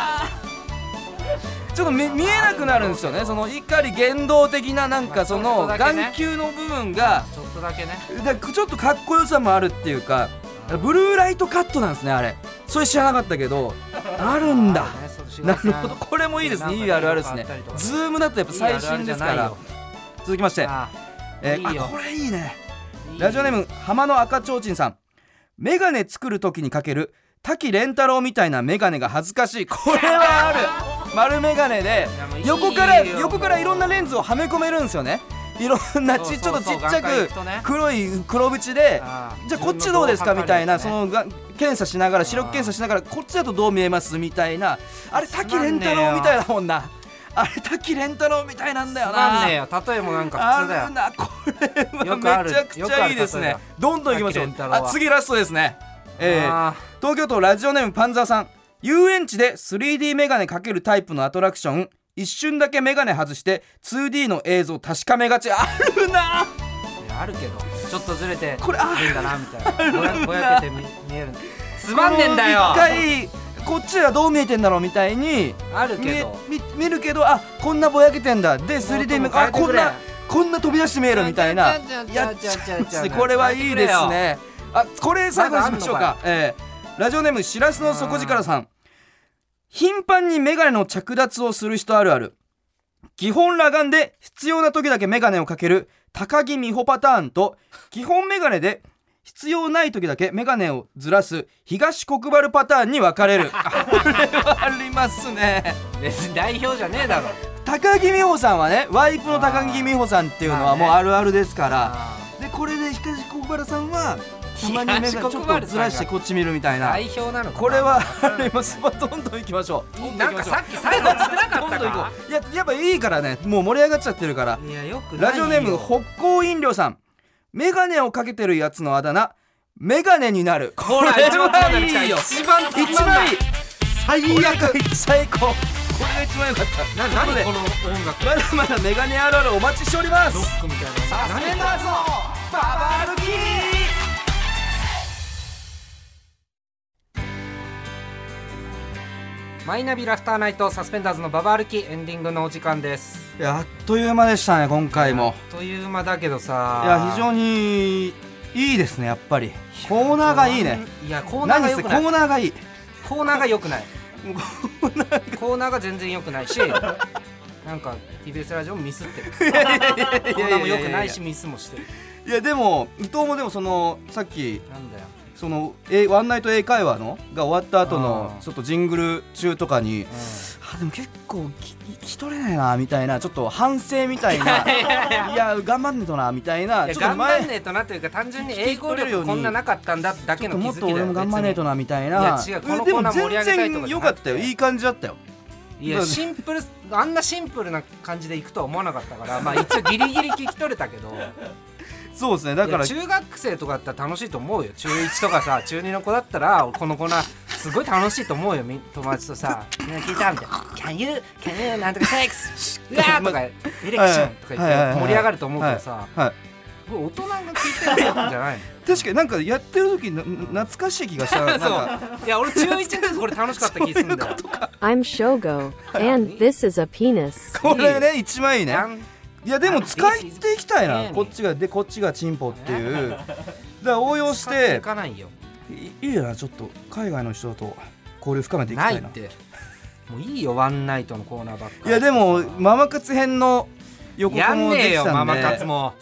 [SPEAKER 3] ちょっと見見えなくなるんですよねその怒り言動的ななんかその
[SPEAKER 2] まあちょっとだけね
[SPEAKER 3] 眼球の部分が
[SPEAKER 2] ちょっとだけね
[SPEAKER 3] だからちょっとかっこよさもあるっていうかブルーライトカットなんですねあれそれ知らなかった
[SPEAKER 2] *laughs*
[SPEAKER 3] けどあるんだなるほどこれもいいですねいいあるあるですねズームだとやっぱ最新ですから続きましてえー
[SPEAKER 2] いいよ
[SPEAKER 3] あこれいいねラジオネーム浜の赤ちょうちんさんメガネ作る時にかける滝蓮太郎みたいなメガネが恥ずかしいこれは
[SPEAKER 2] *laughs*
[SPEAKER 3] ある丸メガネで
[SPEAKER 2] やもういいよ
[SPEAKER 3] 横から
[SPEAKER 2] もう
[SPEAKER 3] 横からいろんなレンズをはめ込めるんですよねいろんなちち
[SPEAKER 2] そ
[SPEAKER 3] ょ
[SPEAKER 2] うそ
[SPEAKER 3] っと
[SPEAKER 2] う
[SPEAKER 3] ち
[SPEAKER 2] そう眼
[SPEAKER 3] っちゃ
[SPEAKER 2] 科行
[SPEAKER 3] く
[SPEAKER 2] くとね
[SPEAKER 3] 黒い黒縁で
[SPEAKER 2] あー
[SPEAKER 3] じゃあこっちどうですかみたいな
[SPEAKER 2] 自
[SPEAKER 3] そ
[SPEAKER 2] 分の
[SPEAKER 3] のが検査しながら視力検査しながらこっちだとどう見えますみたいなあれ滝蓮太郎みたいだもんなあれ滝蓮太郎みたいなんだよな
[SPEAKER 2] なんねえよ例えもなんか普通だ
[SPEAKER 3] あ
[SPEAKER 2] よ
[SPEAKER 3] るなこれ
[SPEAKER 2] よくあ
[SPEAKER 3] はめ
[SPEAKER 2] る
[SPEAKER 3] ちゃくちゃいいです
[SPEAKER 2] よく
[SPEAKER 3] ね
[SPEAKER 2] ある例え
[SPEAKER 3] どんどんいきましょう
[SPEAKER 2] 滝蓮太郎
[SPEAKER 3] あ
[SPEAKER 2] は
[SPEAKER 3] 次ラストですねえー
[SPEAKER 2] あ
[SPEAKER 3] 東京都ラジオネームパンザーさん遊園地で 3D メガネかけるタイプのアトラクション一瞬だけメガネ外して 2D の映像確かめがちあるな
[SPEAKER 2] ーいやあるけどちょっとずれて
[SPEAKER 3] これあ
[SPEAKER 2] るんだなみたいなぼやぼやけてみ見えるつまんねえんだよ
[SPEAKER 3] この一回こっちはどう見えてんだろうみたいに
[SPEAKER 2] あるけど
[SPEAKER 3] 見見見るけどあこんなぼやけてんだで 3D メガネ
[SPEAKER 2] も
[SPEAKER 3] あ
[SPEAKER 2] っとも変えて
[SPEAKER 3] こん
[SPEAKER 2] くれ
[SPEAKER 3] なこんな飛び出して見えるみたいな
[SPEAKER 2] ちゃんち
[SPEAKER 3] や
[SPEAKER 2] ゃ
[SPEAKER 3] っ
[SPEAKER 2] ん
[SPEAKER 3] ち
[SPEAKER 2] ち
[SPEAKER 3] ゃ
[SPEAKER 2] ゃ
[SPEAKER 3] い
[SPEAKER 2] んちゃんち
[SPEAKER 3] ま
[SPEAKER 2] ゃんちゃんちゃんちゃん
[SPEAKER 3] すねこれはいいですねあこれ最後にしましょう
[SPEAKER 2] まだあ
[SPEAKER 3] かえーラジオネームしらすの底力さん頻繁にメガネの着脱をする人あるある基本裸眼で必要な時だけメガネをかける高木美帆パターンと基本メガネで必要ない時だけメガネをずらす東国原パターンに分か *laughs* れるこれはありますね
[SPEAKER 2] 別に代表じゃねえだろ
[SPEAKER 3] 高木美帆さんはねワイプの高木美帆さんっていうのはもうあるあるですから
[SPEAKER 2] あ
[SPEAKER 3] でこれで東国原さんはたまにメガネ
[SPEAKER 2] 東
[SPEAKER 3] ちょ
[SPEAKER 2] 国原さんが
[SPEAKER 3] っとずらしてこっち見るみたい
[SPEAKER 2] ー
[SPEAKER 3] な
[SPEAKER 2] 代表なのかな
[SPEAKER 3] これはありますまあどんどんいきましょう
[SPEAKER 2] いいなんかさっき最後つってなか
[SPEAKER 3] ど
[SPEAKER 2] っ
[SPEAKER 3] んど
[SPEAKER 2] た
[SPEAKER 3] んいこ
[SPEAKER 2] か
[SPEAKER 3] ういややっぱいいからねもう盛り上がっちゃってるから
[SPEAKER 2] いやよくないよ
[SPEAKER 3] ラジオネーム北光飲料さんメガネをかけてるやつのあだ名メガネになるこれはいいよ
[SPEAKER 2] 一番つまんない
[SPEAKER 3] 一番いい最悪最高これが一番良かった
[SPEAKER 2] な
[SPEAKER 3] な
[SPEAKER 2] 何
[SPEAKER 3] ので
[SPEAKER 2] この音楽
[SPEAKER 3] まだまだメガネあるあるお待ちしております
[SPEAKER 2] ロックみたいなさ何
[SPEAKER 3] だぞババ歩き
[SPEAKER 2] マイナビラフターナイトサスペンダーズのババ歩きエンディングのお時間です
[SPEAKER 3] あっという間でしたね今回も
[SPEAKER 2] あっという間だけど
[SPEAKER 3] い
[SPEAKER 2] さ
[SPEAKER 3] や非常にいいですねやっぱりコーナーがいいね
[SPEAKER 2] いやコーナー
[SPEAKER 3] 何
[SPEAKER 2] が
[SPEAKER 3] せ
[SPEAKER 2] 良く
[SPEAKER 3] コ
[SPEAKER 2] ない
[SPEAKER 3] ーナーがいい
[SPEAKER 2] コーナーが良くないコーナーが全然良くないしなんか TBS ラジオもミスってるコーナーも良くないしミスもしてる
[SPEAKER 3] いやでも伊藤もでもそのさっき
[SPEAKER 2] なんだよ
[SPEAKER 3] そのえワンナイト英会話のが終わった後の
[SPEAKER 2] あー
[SPEAKER 3] ちょっとジングル中とかに
[SPEAKER 2] う
[SPEAKER 3] あでも結構き聞き取れないなみたいなちょっと反省みたいな
[SPEAKER 2] *laughs* いやいや
[SPEAKER 3] いや頑張んねとなみたいない
[SPEAKER 2] や
[SPEAKER 3] ちょっと
[SPEAKER 2] 頑張んね
[SPEAKER 3] 前
[SPEAKER 2] えとなというか単純に
[SPEAKER 3] 聞き
[SPEAKER 2] 英語
[SPEAKER 3] 取れるよう
[SPEAKER 2] 力
[SPEAKER 3] に
[SPEAKER 2] こんななかったんだだ
[SPEAKER 3] ち
[SPEAKER 2] け
[SPEAKER 3] ょっ
[SPEAKER 2] の気づ
[SPEAKER 3] ともっ
[SPEAKER 2] き
[SPEAKER 3] と
[SPEAKER 2] だよ
[SPEAKER 3] 俺も頑張んねえとなみたいない
[SPEAKER 2] や違うこの
[SPEAKER 3] で
[SPEAKER 2] コーナ
[SPEAKER 3] も
[SPEAKER 2] ー盛り上
[SPEAKER 3] 全
[SPEAKER 2] げたいと
[SPEAKER 3] 然
[SPEAKER 2] かじゃなくて
[SPEAKER 3] 良かったよいい感じだったよ
[SPEAKER 2] 別にいやシンプルあんなシンプルな感じでいくとは思わなかったからまあ一応ギリギリ聞き取れたけど
[SPEAKER 3] そうですねだ
[SPEAKER 2] い
[SPEAKER 3] か
[SPEAKER 2] や *laughs*
[SPEAKER 3] ら
[SPEAKER 2] 中学生とかだったら楽しいと思うよ中1とかさ中2の子だったらこのコーナーすごい楽しいと思うよみ友達とさ「みんな聞いた?」みたいな「Can you? Can you? なんとかセックス!」
[SPEAKER 3] *laughs*
[SPEAKER 2] うわーとか「エレクション!」とか言
[SPEAKER 3] はいはいはい
[SPEAKER 2] っ
[SPEAKER 3] はい
[SPEAKER 2] て盛り上がると思うけどさ
[SPEAKER 3] はい
[SPEAKER 2] これ大人が聞いてるもんじゃ
[SPEAKER 3] *laughs*
[SPEAKER 2] ないの
[SPEAKER 3] 確かになんかやってる時な懐かしい気がしたなんか
[SPEAKER 2] *laughs* そういや俺中1の時これ楽しかった気すんだよ
[SPEAKER 4] I'm Shogo, and this is a penis.
[SPEAKER 3] これね一枚いいね
[SPEAKER 2] なん
[SPEAKER 3] いやでも使いっていきたい
[SPEAKER 2] あの
[SPEAKER 3] なこっちがでこっちがチンポっていうだから応用し
[SPEAKER 2] 使って
[SPEAKER 3] て
[SPEAKER 2] いかないよ
[SPEAKER 3] いいいなちょっと海外の人と交流深めていき
[SPEAKER 2] な
[SPEAKER 3] た
[SPEAKER 2] いっ
[SPEAKER 3] いな
[SPEAKER 2] てもういいよワンナイトのコーナーばっかり
[SPEAKER 3] いやでもママ活編の予告
[SPEAKER 2] やん
[SPEAKER 3] もで
[SPEAKER 2] ねえ
[SPEAKER 3] き
[SPEAKER 2] よ
[SPEAKER 3] た
[SPEAKER 2] マ
[SPEAKER 3] んで
[SPEAKER 2] マ活も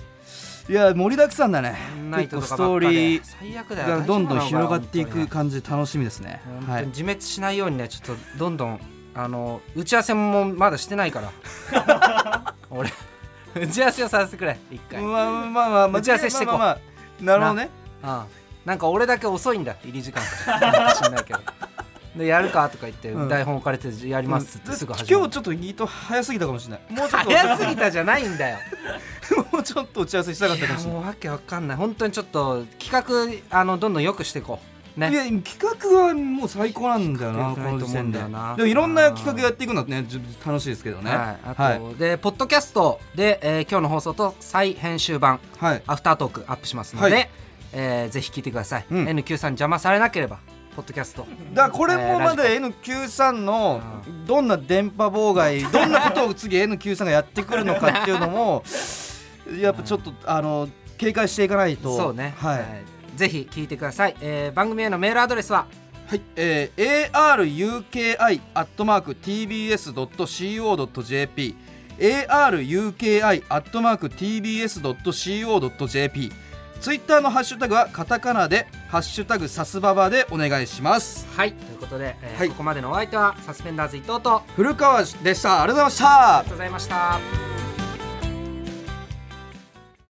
[SPEAKER 3] いや盛りだくさんだね
[SPEAKER 2] ワンナイ
[SPEAKER 3] 結
[SPEAKER 2] ト
[SPEAKER 3] 構
[SPEAKER 2] と
[SPEAKER 3] ス
[SPEAKER 2] かば
[SPEAKER 3] ト
[SPEAKER 2] っ
[SPEAKER 3] ー
[SPEAKER 2] か
[SPEAKER 3] リ
[SPEAKER 2] で
[SPEAKER 3] ー
[SPEAKER 2] 最悪だよ
[SPEAKER 3] がどんどん広がってい
[SPEAKER 2] 大丈夫なの
[SPEAKER 3] く
[SPEAKER 2] か
[SPEAKER 3] 感じで楽しみですね
[SPEAKER 2] な本当に
[SPEAKER 3] はい
[SPEAKER 2] 自滅しないようにねちょっとどんどんあの打ち合わせもまだしてないから
[SPEAKER 3] *laughs*
[SPEAKER 2] 俺打ち合わせをさせてくれ一回、うん、
[SPEAKER 3] まあまあまあまあまあ
[SPEAKER 2] 打ち合わせしてこう
[SPEAKER 3] まあまあまあなるほどね
[SPEAKER 2] なんか俺だけ遅いんだ入り
[SPEAKER 3] *laughs*
[SPEAKER 2] 時間が知んないけどでやるかとか言って、
[SPEAKER 3] うん
[SPEAKER 2] 台本置かれてやり
[SPEAKER 3] 今
[SPEAKER 2] ますっ
[SPEAKER 3] 日
[SPEAKER 2] てすぐ
[SPEAKER 3] ち
[SPEAKER 2] 始ま
[SPEAKER 3] ょ
[SPEAKER 2] る
[SPEAKER 3] っとギート早すぎたかもしれないもうちょっと
[SPEAKER 2] 早すぎたじゃないんだ
[SPEAKER 3] *laughs*
[SPEAKER 2] よ
[SPEAKER 3] もうちょっと打ち合わせしたかったかもしれない
[SPEAKER 2] もうわけわかんない本当にちょっと企画あのどんどん良くしていこうね
[SPEAKER 3] いや企画はもう最高なんだよな
[SPEAKER 2] 企画な
[SPEAKER 3] こ
[SPEAKER 2] いと
[SPEAKER 3] の時
[SPEAKER 2] 思うん
[SPEAKER 3] 点で
[SPEAKER 2] だよな
[SPEAKER 3] でもいろんな企画やっていくのはねじゅ楽しいですけどね
[SPEAKER 2] はい、あと、
[SPEAKER 3] はい
[SPEAKER 2] でポッドキャストで、えー今日の放送と再編集版
[SPEAKER 3] はい
[SPEAKER 2] アフタートークアップしますので、
[SPEAKER 3] はい
[SPEAKER 2] えーぜひ聞いてください、
[SPEAKER 3] うん
[SPEAKER 2] NQ さん邪魔されなければポッドキャスト
[SPEAKER 3] だからこれもまだ
[SPEAKER 2] え
[SPEAKER 3] N93 のどんな電波妨害どんなことを次 N93 がやってくるのかっていうのもやっぱちょっとあの警戒していかないと
[SPEAKER 2] そうね、
[SPEAKER 3] はい、
[SPEAKER 2] いぜひ聞いてください、えー番組へのメールアドレスは
[SPEAKER 3] はいえー、aruki.tbs.co.jp aruki.tbs.co.jp ツイッターのハッシュタグはカタカナで「ハッシュタグサスババ」でお願いします
[SPEAKER 2] はいということで、えー
[SPEAKER 3] はい
[SPEAKER 2] ここまでのお相手はサスペンダーズ伊藤とありがと
[SPEAKER 3] 古川でしたありがとうございました
[SPEAKER 2] うございました